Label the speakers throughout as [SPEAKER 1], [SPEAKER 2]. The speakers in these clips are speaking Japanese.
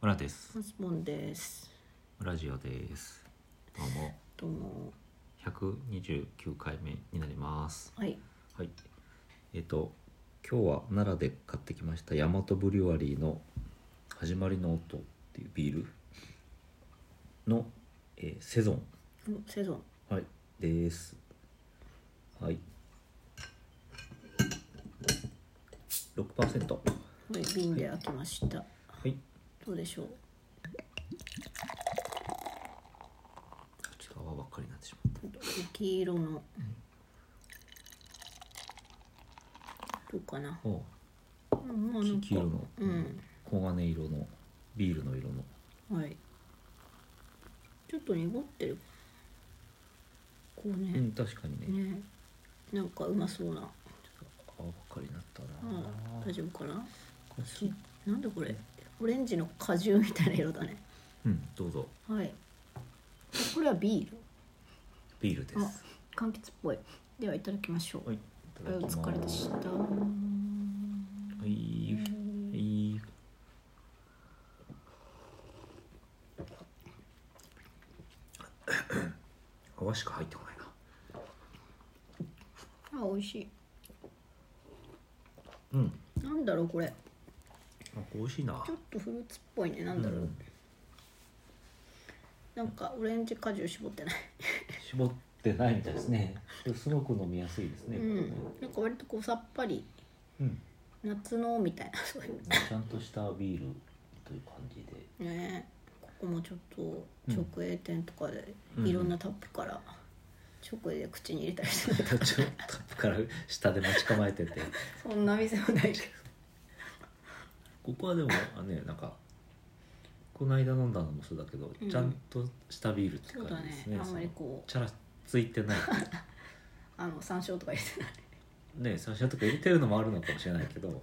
[SPEAKER 1] 村です
[SPEAKER 2] マスボンです。
[SPEAKER 1] 村ジオですどうも
[SPEAKER 2] どうも。
[SPEAKER 1] 129回目になります
[SPEAKER 2] はい。
[SPEAKER 1] はいえっ、と今日は奈良で買ってきましたヤマトブリュワリーの始まりの音っていうビールの、えーセゾン
[SPEAKER 2] おセゾン。
[SPEAKER 1] はいですはい6%は
[SPEAKER 2] はい、瓶で開けました。
[SPEAKER 1] い
[SPEAKER 2] どうでしょ
[SPEAKER 1] ち
[SPEAKER 2] う。
[SPEAKER 1] ょっと泡ばっかりになってしまった
[SPEAKER 2] 黄色の。どうかな。
[SPEAKER 1] おう
[SPEAKER 2] うん、まあ、なん
[SPEAKER 1] 黄色
[SPEAKER 2] か。
[SPEAKER 1] の、
[SPEAKER 2] うん。
[SPEAKER 1] 黄金色のビールの色の
[SPEAKER 2] はい。ちょっと濁ってる。こう
[SPEAKER 1] う
[SPEAKER 2] ね。
[SPEAKER 1] ん確かにね、
[SPEAKER 2] ね。なんかうまそうな。
[SPEAKER 1] 泡ばっかりになった
[SPEAKER 2] う
[SPEAKER 1] な、
[SPEAKER 2] ん、大丈夫かな。
[SPEAKER 1] こっち
[SPEAKER 2] なんだこれ。オレンジの果汁みたいな色だね。
[SPEAKER 1] うんどうぞ
[SPEAKER 2] はい。これはビール。
[SPEAKER 1] ビールです
[SPEAKER 2] あ、柑橘っぽい。ではいただきましょう。
[SPEAKER 1] はいい
[SPEAKER 2] あお疲れでした。
[SPEAKER 1] はいはい 泡しか入ってこないな
[SPEAKER 2] あ、美味し
[SPEAKER 1] うん
[SPEAKER 2] い。なんだろうこれ。
[SPEAKER 1] あ美味しいな
[SPEAKER 2] ちょっとフルーツっぽいね。なんだろう。
[SPEAKER 1] うん
[SPEAKER 2] なんかオレンジ果汁絞ってない。
[SPEAKER 1] 絞ってないみたいですねすごく飲みやすいですね
[SPEAKER 2] う
[SPEAKER 1] これ
[SPEAKER 2] ん
[SPEAKER 1] ね。
[SPEAKER 2] なんか割とこうさっぱり
[SPEAKER 1] うん
[SPEAKER 2] 夏のみたいなそういう
[SPEAKER 1] ちゃんとしたビールという感じ で
[SPEAKER 2] ね。ここもちょっと
[SPEAKER 1] うん
[SPEAKER 2] 直営店とかで
[SPEAKER 1] うん
[SPEAKER 2] いろんなタップから直営で口に入れたり してない。
[SPEAKER 1] タップから下で待ち構えてて
[SPEAKER 2] そんな店もないけど。
[SPEAKER 1] ここはでもあねなんかこの間飲んだのもそうだけど、
[SPEAKER 2] うん
[SPEAKER 1] ちゃんとしたビールって
[SPEAKER 2] そう
[SPEAKER 1] 感
[SPEAKER 2] だ
[SPEAKER 1] じです
[SPEAKER 2] ね
[SPEAKER 1] ね。
[SPEAKER 2] あんまり
[SPEAKER 1] その
[SPEAKER 2] こう
[SPEAKER 1] チャラついてない
[SPEAKER 2] あの山椒とか入れてない。
[SPEAKER 1] ね最初とか入れてるのもあるのかもしれないけど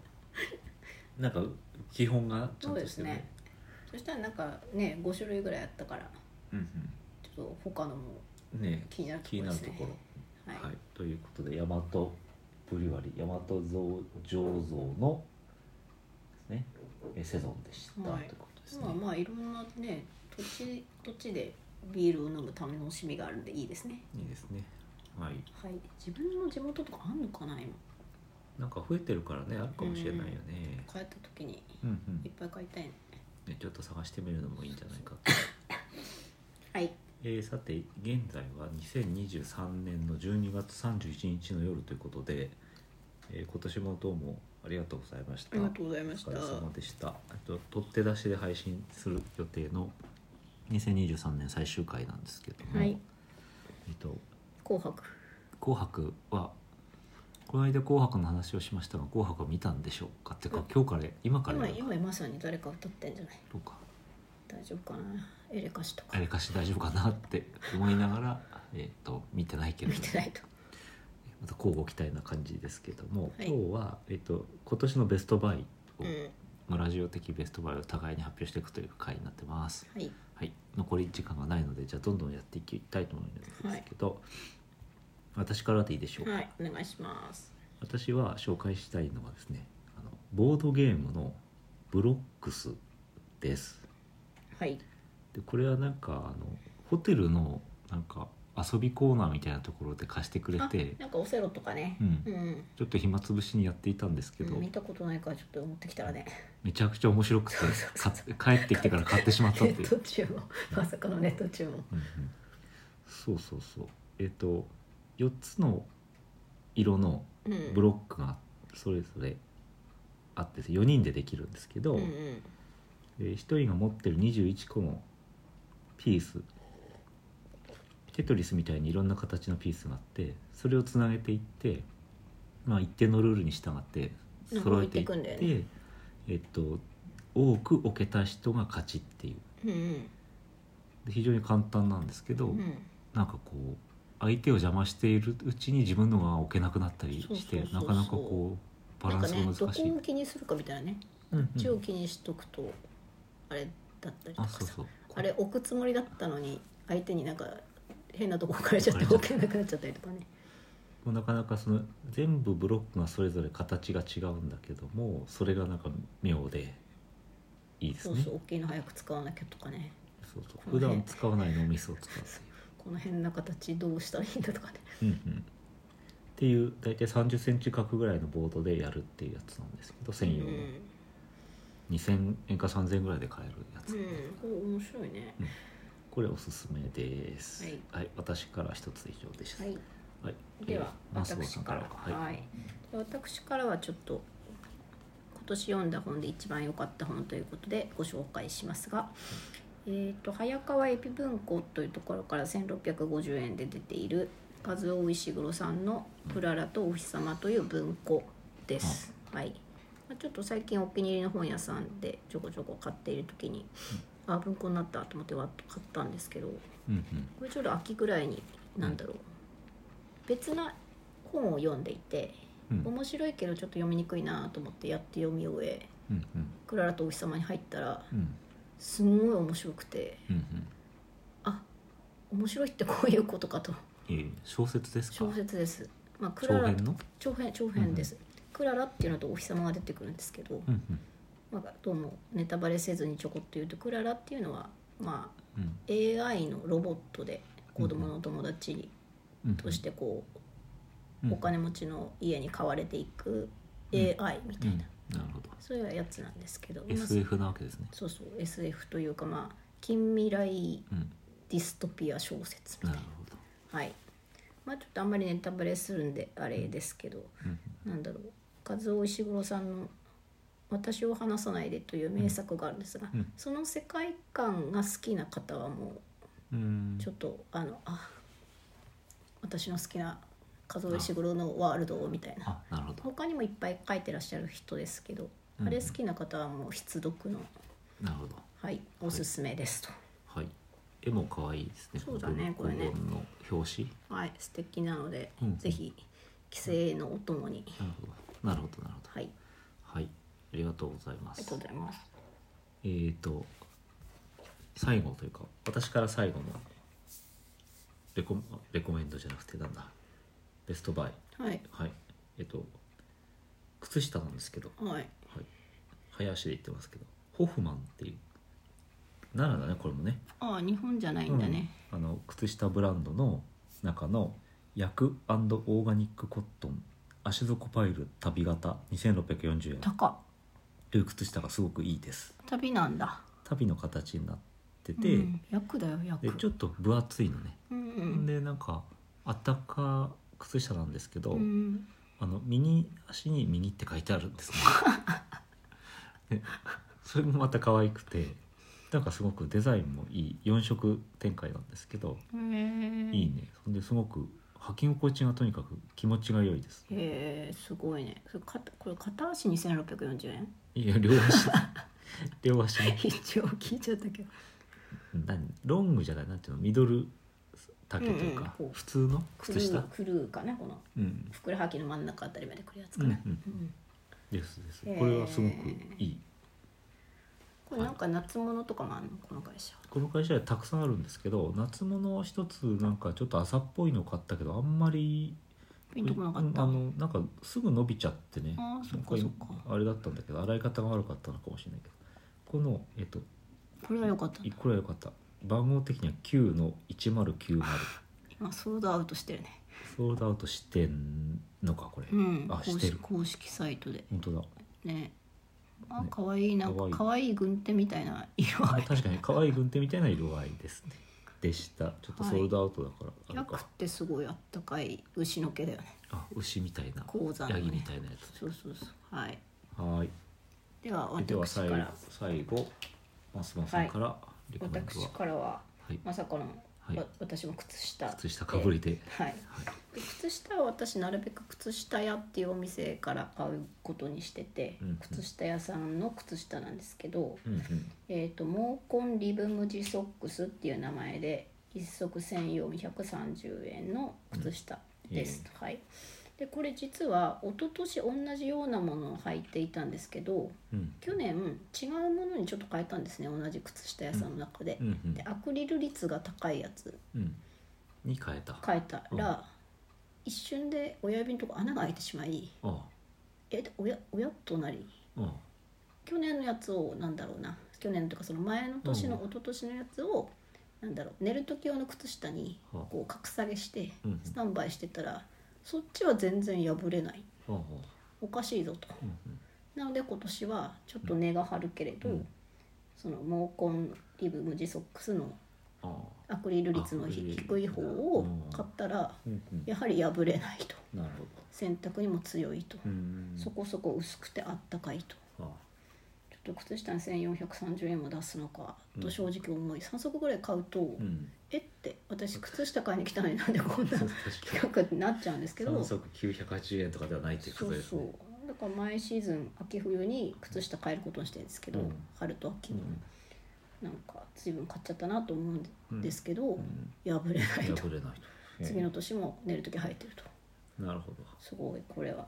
[SPEAKER 1] なんか基本がちゃんとしてるね
[SPEAKER 2] そしたらなんかね5種類ぐらいあったから
[SPEAKER 1] うん
[SPEAKER 2] ちょっと他のも
[SPEAKER 1] うんね
[SPEAKER 2] 気になるとこ
[SPEAKER 1] 気に
[SPEAKER 2] ろで
[SPEAKER 1] なる
[SPEAKER 2] す
[SPEAKER 1] と
[SPEAKER 2] ね
[SPEAKER 1] ころ、
[SPEAKER 2] はい、
[SPEAKER 1] はいということで大和ブリュワリー大和造醸造のですねえセゾンでした、
[SPEAKER 2] はい
[SPEAKER 1] ということですね
[SPEAKER 2] まあまあいろんなね土地土地でビールを飲むための趣味があるんでいいですね
[SPEAKER 1] いいですねはい
[SPEAKER 2] はい自分の地元とかあんのかな今
[SPEAKER 1] なんか増えてるからねあるかもしれないよね、
[SPEAKER 2] 帰った時に
[SPEAKER 1] うんうん
[SPEAKER 2] いっぱい買いたいね
[SPEAKER 1] ね、ちょっと探してみるのもいいんじゃないかと、
[SPEAKER 2] はい
[SPEAKER 1] えーさて現在は2023年の12月31日の夜ということで、えー今年もどうもありがとうございまし
[SPEAKER 2] あ
[SPEAKER 1] た
[SPEAKER 2] りがとうございました
[SPEAKER 1] お疲れ様でしたえっと取って出しで配信する予定の2023年最終回なんですけども、
[SPEAKER 2] はい
[SPEAKER 1] えっと
[SPEAKER 2] 紅白
[SPEAKER 1] 「紅白は」この間「紅白」の話をしましたが「紅白」は見たんでしょうかっていうか今日から今から
[SPEAKER 2] 今
[SPEAKER 1] やるか
[SPEAKER 2] 今まさに誰か歌ってんじゃない
[SPEAKER 1] どうか
[SPEAKER 2] 大丈夫かなエレカシとか
[SPEAKER 1] あれかし大丈夫かなって思いながらえっと見てないけれ
[SPEAKER 2] 見
[SPEAKER 1] ども
[SPEAKER 2] てないと
[SPEAKER 1] また交互期待な感じですけども、
[SPEAKER 2] はい
[SPEAKER 1] 今日は、えっと、今年のベストバイを、
[SPEAKER 2] うん
[SPEAKER 1] まあラジオ的ベストバイを互いに発表していくという回になってます、
[SPEAKER 2] はい
[SPEAKER 1] はい、残り時間がないのでじゃあどんどんやっていきたいと思うんですけど、私からでいいでしょうか、
[SPEAKER 2] はいお願いします
[SPEAKER 1] 私は紹介したいのはですねあのボードゲームのブロックスです
[SPEAKER 2] はい
[SPEAKER 1] でこれはなんかあのホテルのなんか遊びコーナーみたいなところで貸してくれ
[SPEAKER 2] あ
[SPEAKER 1] て
[SPEAKER 2] なんかオセロとかね
[SPEAKER 1] うん
[SPEAKER 2] うん
[SPEAKER 1] ちょっと暇つぶしにやっていたんですけど、
[SPEAKER 2] うん見たことないからちょっと持ってきたらね
[SPEAKER 1] めちゃくちゃ面白くて買って帰ってきてから買ってしまったっ
[SPEAKER 2] ネ
[SPEAKER 1] てい
[SPEAKER 2] ッ
[SPEAKER 1] う
[SPEAKER 2] ト注文まさかのネット注文
[SPEAKER 1] うんうんそうそうそうえっ、と4つの色の
[SPEAKER 2] うん
[SPEAKER 1] ブロックがそれぞれあって4人でできるんですけど、
[SPEAKER 2] うんうん
[SPEAKER 1] で1人が持ってる21個のピーステトリスみたいにいろんな形のピースがあってそれをつなげていって、まあ、一定のルールに従って揃えていって
[SPEAKER 2] なんか置いていくんだよ
[SPEAKER 1] えっと、多く置けた人が勝ちっていう
[SPEAKER 2] うんうん
[SPEAKER 1] で非常に簡単なんですけど、
[SPEAKER 2] うん
[SPEAKER 1] なんかこう相手を邪魔しているうちに自分のが置けなくなったりして
[SPEAKER 2] そうそうそうそう
[SPEAKER 1] なかなかこうバ
[SPEAKER 2] な
[SPEAKER 1] ラ
[SPEAKER 2] ん
[SPEAKER 1] ン
[SPEAKER 2] か
[SPEAKER 1] スが
[SPEAKER 2] ねど
[SPEAKER 1] 難しい。
[SPEAKER 2] こを気にするかみたいなね
[SPEAKER 1] うんうん
[SPEAKER 2] こっちを気にしとくとあれだったりと
[SPEAKER 1] あ
[SPEAKER 2] か
[SPEAKER 1] そう
[SPEAKER 2] さ
[SPEAKER 1] そう
[SPEAKER 2] あれ置くつもりだったのに相手になんか変なとこ置かれちゃって置けなくなっちゃったりとかね
[SPEAKER 1] もうなかなかその全部ブロックがそれぞれ形が違うんだけどもそれがなんか妙でいいです
[SPEAKER 2] そう
[SPEAKER 1] ね
[SPEAKER 2] そう大きいの早く使わなきゃとかね
[SPEAKER 1] そうそう
[SPEAKER 2] こ
[SPEAKER 1] 普
[SPEAKER 2] の辺
[SPEAKER 1] 段使わない脳みそを使う
[SPEAKER 2] この変な形どうしたらいいんだとかね
[SPEAKER 1] うんうんっていう大体3 0ンチ角ぐらいのボードでやるっていうやつなんですけど専用の2000円か3000円ぐらいで買えるやつ、
[SPEAKER 2] うん、うん、これ面白いね
[SPEAKER 1] これおすすめです
[SPEAKER 2] はい、
[SPEAKER 1] 私から一つ以上でした、
[SPEAKER 2] は
[SPEAKER 1] はい
[SPEAKER 2] いでは
[SPEAKER 1] えーマスボウ
[SPEAKER 2] 私
[SPEAKER 1] さん
[SPEAKER 2] か
[SPEAKER 1] かららは
[SPEAKER 2] はい、
[SPEAKER 1] い、
[SPEAKER 2] で私からはちょっと今年読んだ本で一番良かった本ということでご紹介しますが、えー、と早川エピ文庫というところから1650円で出ている和尾石黒さんの「プララとお日様」という文庫です。はいまあちょっと最近お気に入りの本屋さんでちょこちょこ買っている時に、あ文庫になったと思ってわっと買ったんですけど
[SPEAKER 1] うんうん
[SPEAKER 2] これちょうど秋ぐらいに何だろう、別な本を読んでいて
[SPEAKER 1] うん
[SPEAKER 2] 面白いけどちょっと読みにくいなと思ってやって読み終え
[SPEAKER 1] うんうん
[SPEAKER 2] 「クララとお日様」に入ったら
[SPEAKER 1] うん
[SPEAKER 2] すごい面白くて
[SPEAKER 1] うんうん
[SPEAKER 2] あ面白いってこういうことかと
[SPEAKER 1] えー小説ですか
[SPEAKER 2] 小説です、まあ、クラ
[SPEAKER 1] 長
[SPEAKER 2] ラ
[SPEAKER 1] 編の
[SPEAKER 2] 長編長編です、クララっていうのとお日様が出てくるんですけど、
[SPEAKER 1] うんうん
[SPEAKER 2] まあ、どうもネタバレせずにちょこっと言うとクララっていうのは、まあ、
[SPEAKER 1] うん
[SPEAKER 2] AI のロボットで子供の友達
[SPEAKER 1] うん
[SPEAKER 2] としてこ
[SPEAKER 1] う
[SPEAKER 2] う、
[SPEAKER 1] ん
[SPEAKER 2] お金持ちの家に買われていく
[SPEAKER 1] うん
[SPEAKER 2] AI みた
[SPEAKER 1] う
[SPEAKER 2] いな、
[SPEAKER 1] んなるほど
[SPEAKER 2] そういうやつなんですけど、まあ
[SPEAKER 1] SF なわけですね
[SPEAKER 2] そうそう SF というかまあ近未来
[SPEAKER 1] うん
[SPEAKER 2] ディストピア小説み
[SPEAKER 1] な
[SPEAKER 2] たい
[SPEAKER 1] る
[SPEAKER 2] な、
[SPEAKER 1] ほど
[SPEAKER 2] はいまあちょっとあんまりネタバレするんであれですけど、
[SPEAKER 1] うん
[SPEAKER 2] なんだろう和尾石黒さんの「私を話さないで」という名作があるんですが、
[SPEAKER 1] うん
[SPEAKER 2] その世界観が好きな方はも
[SPEAKER 1] うん
[SPEAKER 2] うちょっとあのあ私の好きな和尾石黒のワールドをみたいな
[SPEAKER 1] あなるほど
[SPEAKER 2] 他にもいっぱい書いてらっしゃる人ですけど、
[SPEAKER 1] うん
[SPEAKER 2] あれ好きな方はもう必読の
[SPEAKER 1] なるほど
[SPEAKER 2] はいおすすめですと。
[SPEAKER 1] はい絵も可愛いですね
[SPEAKER 2] そうだね
[SPEAKER 1] この
[SPEAKER 2] これね
[SPEAKER 1] 黄金の表紙
[SPEAKER 2] はい、素敵なので、
[SPEAKER 1] うん
[SPEAKER 2] ぜひ帰省のお供に、
[SPEAKER 1] なるほどなるほどなるほど
[SPEAKER 2] はい、
[SPEAKER 1] はいありがとうございま
[SPEAKER 2] あり
[SPEAKER 1] す
[SPEAKER 2] がとうございます。
[SPEAKER 1] えーと最後というか私から最後のレコレコメンドじゃなくてなんだベストバイ
[SPEAKER 2] はい、
[SPEAKER 1] はいえっ、と靴下なんですけど
[SPEAKER 2] はい、
[SPEAKER 1] はい、早足で言ってますけどホフマンっていう奈良だねこれもね
[SPEAKER 2] ああ、日本じゃないんだね。
[SPEAKER 1] うんあの靴下ブランドの中の薬オーガニックコットン足底パイル旅型2640円
[SPEAKER 2] 高っ、
[SPEAKER 1] という靴下がすごくいいです
[SPEAKER 2] 旅なんだ。
[SPEAKER 1] 旅の形になってて、
[SPEAKER 2] うん、役だよ、役。
[SPEAKER 1] でちょっと分厚いのね、
[SPEAKER 2] うん、うん、
[SPEAKER 1] でなんかあったか靴下なんですけど、
[SPEAKER 2] うん、
[SPEAKER 1] あの右足に右って書いてあるんです ねでそれもまた可愛くてなんかすごくデザインもいい4色展開なんですけど、
[SPEAKER 2] へえ、
[SPEAKER 1] いいねほんですごく履き心地がとにかく気持ちが良いです
[SPEAKER 2] へえ、すごいね。それ、かた、これ片足二千六百四十円。
[SPEAKER 1] いや両足 両足ね
[SPEAKER 2] 一応聞いちゃったけど。
[SPEAKER 1] 何ロングじゃないなんていうのミドル丈というか、
[SPEAKER 2] うんうん
[SPEAKER 1] 普通の
[SPEAKER 2] ク
[SPEAKER 1] 靴
[SPEAKER 2] ル
[SPEAKER 1] 下
[SPEAKER 2] ー、クルーかな、この。
[SPEAKER 1] うん
[SPEAKER 2] ふくらはぎの真ん中あたりまで来るやつかな。
[SPEAKER 1] うんうん
[SPEAKER 2] うん
[SPEAKER 1] ですです
[SPEAKER 2] へー
[SPEAKER 1] これはすごくいい
[SPEAKER 2] これなんか夏物とかもあるの、この会社。
[SPEAKER 1] この会社でたくさんあるんですけど夏物は一つなんかちょっと朝っぽいの買ったけどあんまり
[SPEAKER 2] ピンとこなかった。
[SPEAKER 1] あのなんかすぐ伸びちゃってね
[SPEAKER 2] あーそっか
[SPEAKER 1] なん
[SPEAKER 2] そっ
[SPEAKER 1] あれだったんだけど洗い方が悪かったのかもしれないけどこのえっと
[SPEAKER 2] これは良かったんだ
[SPEAKER 1] いこれはよかった番号的には9の1090
[SPEAKER 2] 今ソードアウトしてるね
[SPEAKER 1] ソールドアウトしてんのかこれ、
[SPEAKER 2] うん
[SPEAKER 1] あ
[SPEAKER 2] 公
[SPEAKER 1] して
[SPEAKER 2] 式
[SPEAKER 1] る
[SPEAKER 2] 公式サイトで
[SPEAKER 1] 本当だ
[SPEAKER 2] ねあ
[SPEAKER 1] ね
[SPEAKER 2] 可愛いな
[SPEAKER 1] 可
[SPEAKER 2] んか
[SPEAKER 1] 愛い
[SPEAKER 2] 可愛い軍手みたいな色合い
[SPEAKER 1] 確かに可愛い軍手みたいな色合いですねでしたちょっとソールドアウトだから、あれ
[SPEAKER 2] ヤクっ
[SPEAKER 1] か
[SPEAKER 2] てすごいあったかい牛の毛だよね
[SPEAKER 1] あ牛みたいな
[SPEAKER 2] 鉱山の
[SPEAKER 1] ヤ
[SPEAKER 2] ね
[SPEAKER 1] ギみたいなやつ
[SPEAKER 2] そうそうそうはい
[SPEAKER 1] はーい
[SPEAKER 2] では
[SPEAKER 1] では
[SPEAKER 2] 私
[SPEAKER 1] 最
[SPEAKER 2] か
[SPEAKER 1] 後
[SPEAKER 2] ら
[SPEAKER 1] 最後マスマさんからリコメントは
[SPEAKER 2] 私、からは
[SPEAKER 1] はい
[SPEAKER 2] まさかの、
[SPEAKER 1] はい
[SPEAKER 2] わ私も靴下
[SPEAKER 1] 靴下かぶりで、
[SPEAKER 2] はい
[SPEAKER 1] はい、
[SPEAKER 2] で靴下は私なるべく靴下屋っていうお店から買うことにしてて、
[SPEAKER 1] うんうん
[SPEAKER 2] 靴下屋さんの靴下なんですけど、
[SPEAKER 1] うんうん
[SPEAKER 2] えー、と毛根リブムジソックスっていう名前で1足1430円の靴下です、はい、でこれ実は一昨年同じようなものを履いていたんですけど
[SPEAKER 1] うん
[SPEAKER 2] 去年違うものにちょっと変えたんですね同じ靴下屋さんの中で,、
[SPEAKER 1] うんうん
[SPEAKER 2] でアクリル率が高いやつ
[SPEAKER 1] うんに変えたあ
[SPEAKER 2] 変えたら、一瞬で親指のとこ穴が開いてしまい
[SPEAKER 1] あ
[SPEAKER 2] え親親となり
[SPEAKER 1] ああ
[SPEAKER 2] 去年のやつをなんだろうな去年とかその前の年の一昨年のやつを、なんだろう寝る時用の靴下に
[SPEAKER 1] はあ
[SPEAKER 2] こう格下げして
[SPEAKER 1] うんうん
[SPEAKER 2] スタンバイしてたらそっちは全然破れない
[SPEAKER 1] ほうほ
[SPEAKER 2] おかしいぞと
[SPEAKER 1] ううんうん
[SPEAKER 2] なので今年はちょっと根が張るけれど、
[SPEAKER 1] うん
[SPEAKER 2] その毛根リブ無地ソックスの
[SPEAKER 1] ああ
[SPEAKER 2] アクリル率の
[SPEAKER 1] アクリル
[SPEAKER 2] 低い方を買ったら
[SPEAKER 1] うんうん
[SPEAKER 2] やはり破れないと
[SPEAKER 1] なるほど
[SPEAKER 2] 洗濯にも強いと、
[SPEAKER 1] うん
[SPEAKER 2] そこそこ薄くてあったかいと
[SPEAKER 1] ああ
[SPEAKER 2] ちょっと靴下に1430円も出すのか
[SPEAKER 1] う
[SPEAKER 2] と
[SPEAKER 1] ん
[SPEAKER 2] 正直思い3足ぐらい買うと、
[SPEAKER 1] うん
[SPEAKER 2] えって私靴下買いに来たのになんでこんな
[SPEAKER 1] そう確 かに
[SPEAKER 2] 企画になっちゃうんですけど
[SPEAKER 1] 三足980円とかではないっていうこ
[SPEAKER 2] そ
[SPEAKER 1] と
[SPEAKER 2] う
[SPEAKER 1] です
[SPEAKER 2] そう
[SPEAKER 1] ね
[SPEAKER 2] だから毎シーズン秋冬に靴下買えることにしてるんですけど、
[SPEAKER 1] うん
[SPEAKER 2] 春と秋
[SPEAKER 1] うん
[SPEAKER 2] になんか随分買っちゃったなと思うんですけど、
[SPEAKER 1] うん
[SPEAKER 2] 破れないと
[SPEAKER 1] 破れないと
[SPEAKER 2] 次の年も寝る時生えてると
[SPEAKER 1] ええなるほど
[SPEAKER 2] すごいこれは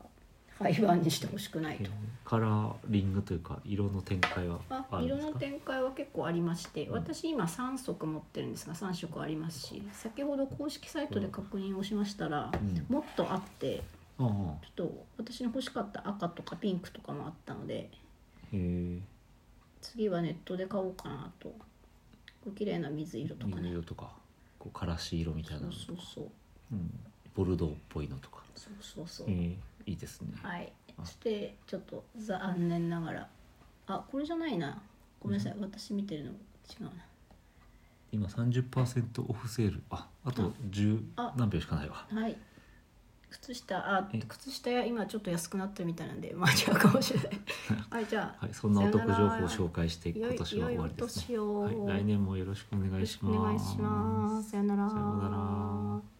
[SPEAKER 2] 廃盤にしてほしくないと。
[SPEAKER 1] カラーリングというか色の展開は
[SPEAKER 2] あ
[SPEAKER 1] あるん
[SPEAKER 2] 色
[SPEAKER 1] です
[SPEAKER 2] の
[SPEAKER 1] か
[SPEAKER 2] 展開は結構ありまして、
[SPEAKER 1] うん
[SPEAKER 2] 私今3足持ってるんですが3色ありますし先ほど公式サイトで確認をしましたら、
[SPEAKER 1] うん
[SPEAKER 2] もっとあって
[SPEAKER 1] ああ
[SPEAKER 2] ちょっと私の欲しかった赤とかピンクとかもあったので
[SPEAKER 1] へえ
[SPEAKER 2] 次はネットで買おうかなとこう綺麗な水色とか
[SPEAKER 1] 水
[SPEAKER 2] ね
[SPEAKER 1] 色とかこうからし色みたい
[SPEAKER 2] そ
[SPEAKER 1] なの
[SPEAKER 2] うそうそう
[SPEAKER 1] うんボルドーっぽいのとか
[SPEAKER 2] そうそうそう、
[SPEAKER 1] へえいいですね
[SPEAKER 2] はいそしてちょっと残念ながらあこれじゃないなごめんなさい、私見てるの違うな
[SPEAKER 1] 今30%オフセールああと10
[SPEAKER 2] あ
[SPEAKER 1] 何秒しかないわ
[SPEAKER 2] はい。靴下、あ
[SPEAKER 1] え、
[SPEAKER 2] 靴下や今ちょっと安くなってるみたいなんで、まあ、違うかも しれない。はい、じゃあ、
[SPEAKER 1] はいそんなお得情報を紹
[SPEAKER 2] 介。
[SPEAKER 1] 介して今年は終わりですね
[SPEAKER 2] 良い良いお年を
[SPEAKER 1] はい来年もよろしくお願いし
[SPEAKER 2] お
[SPEAKER 1] ま
[SPEAKER 2] 願い
[SPEAKER 1] す
[SPEAKER 2] します。さよなら。
[SPEAKER 1] さようなら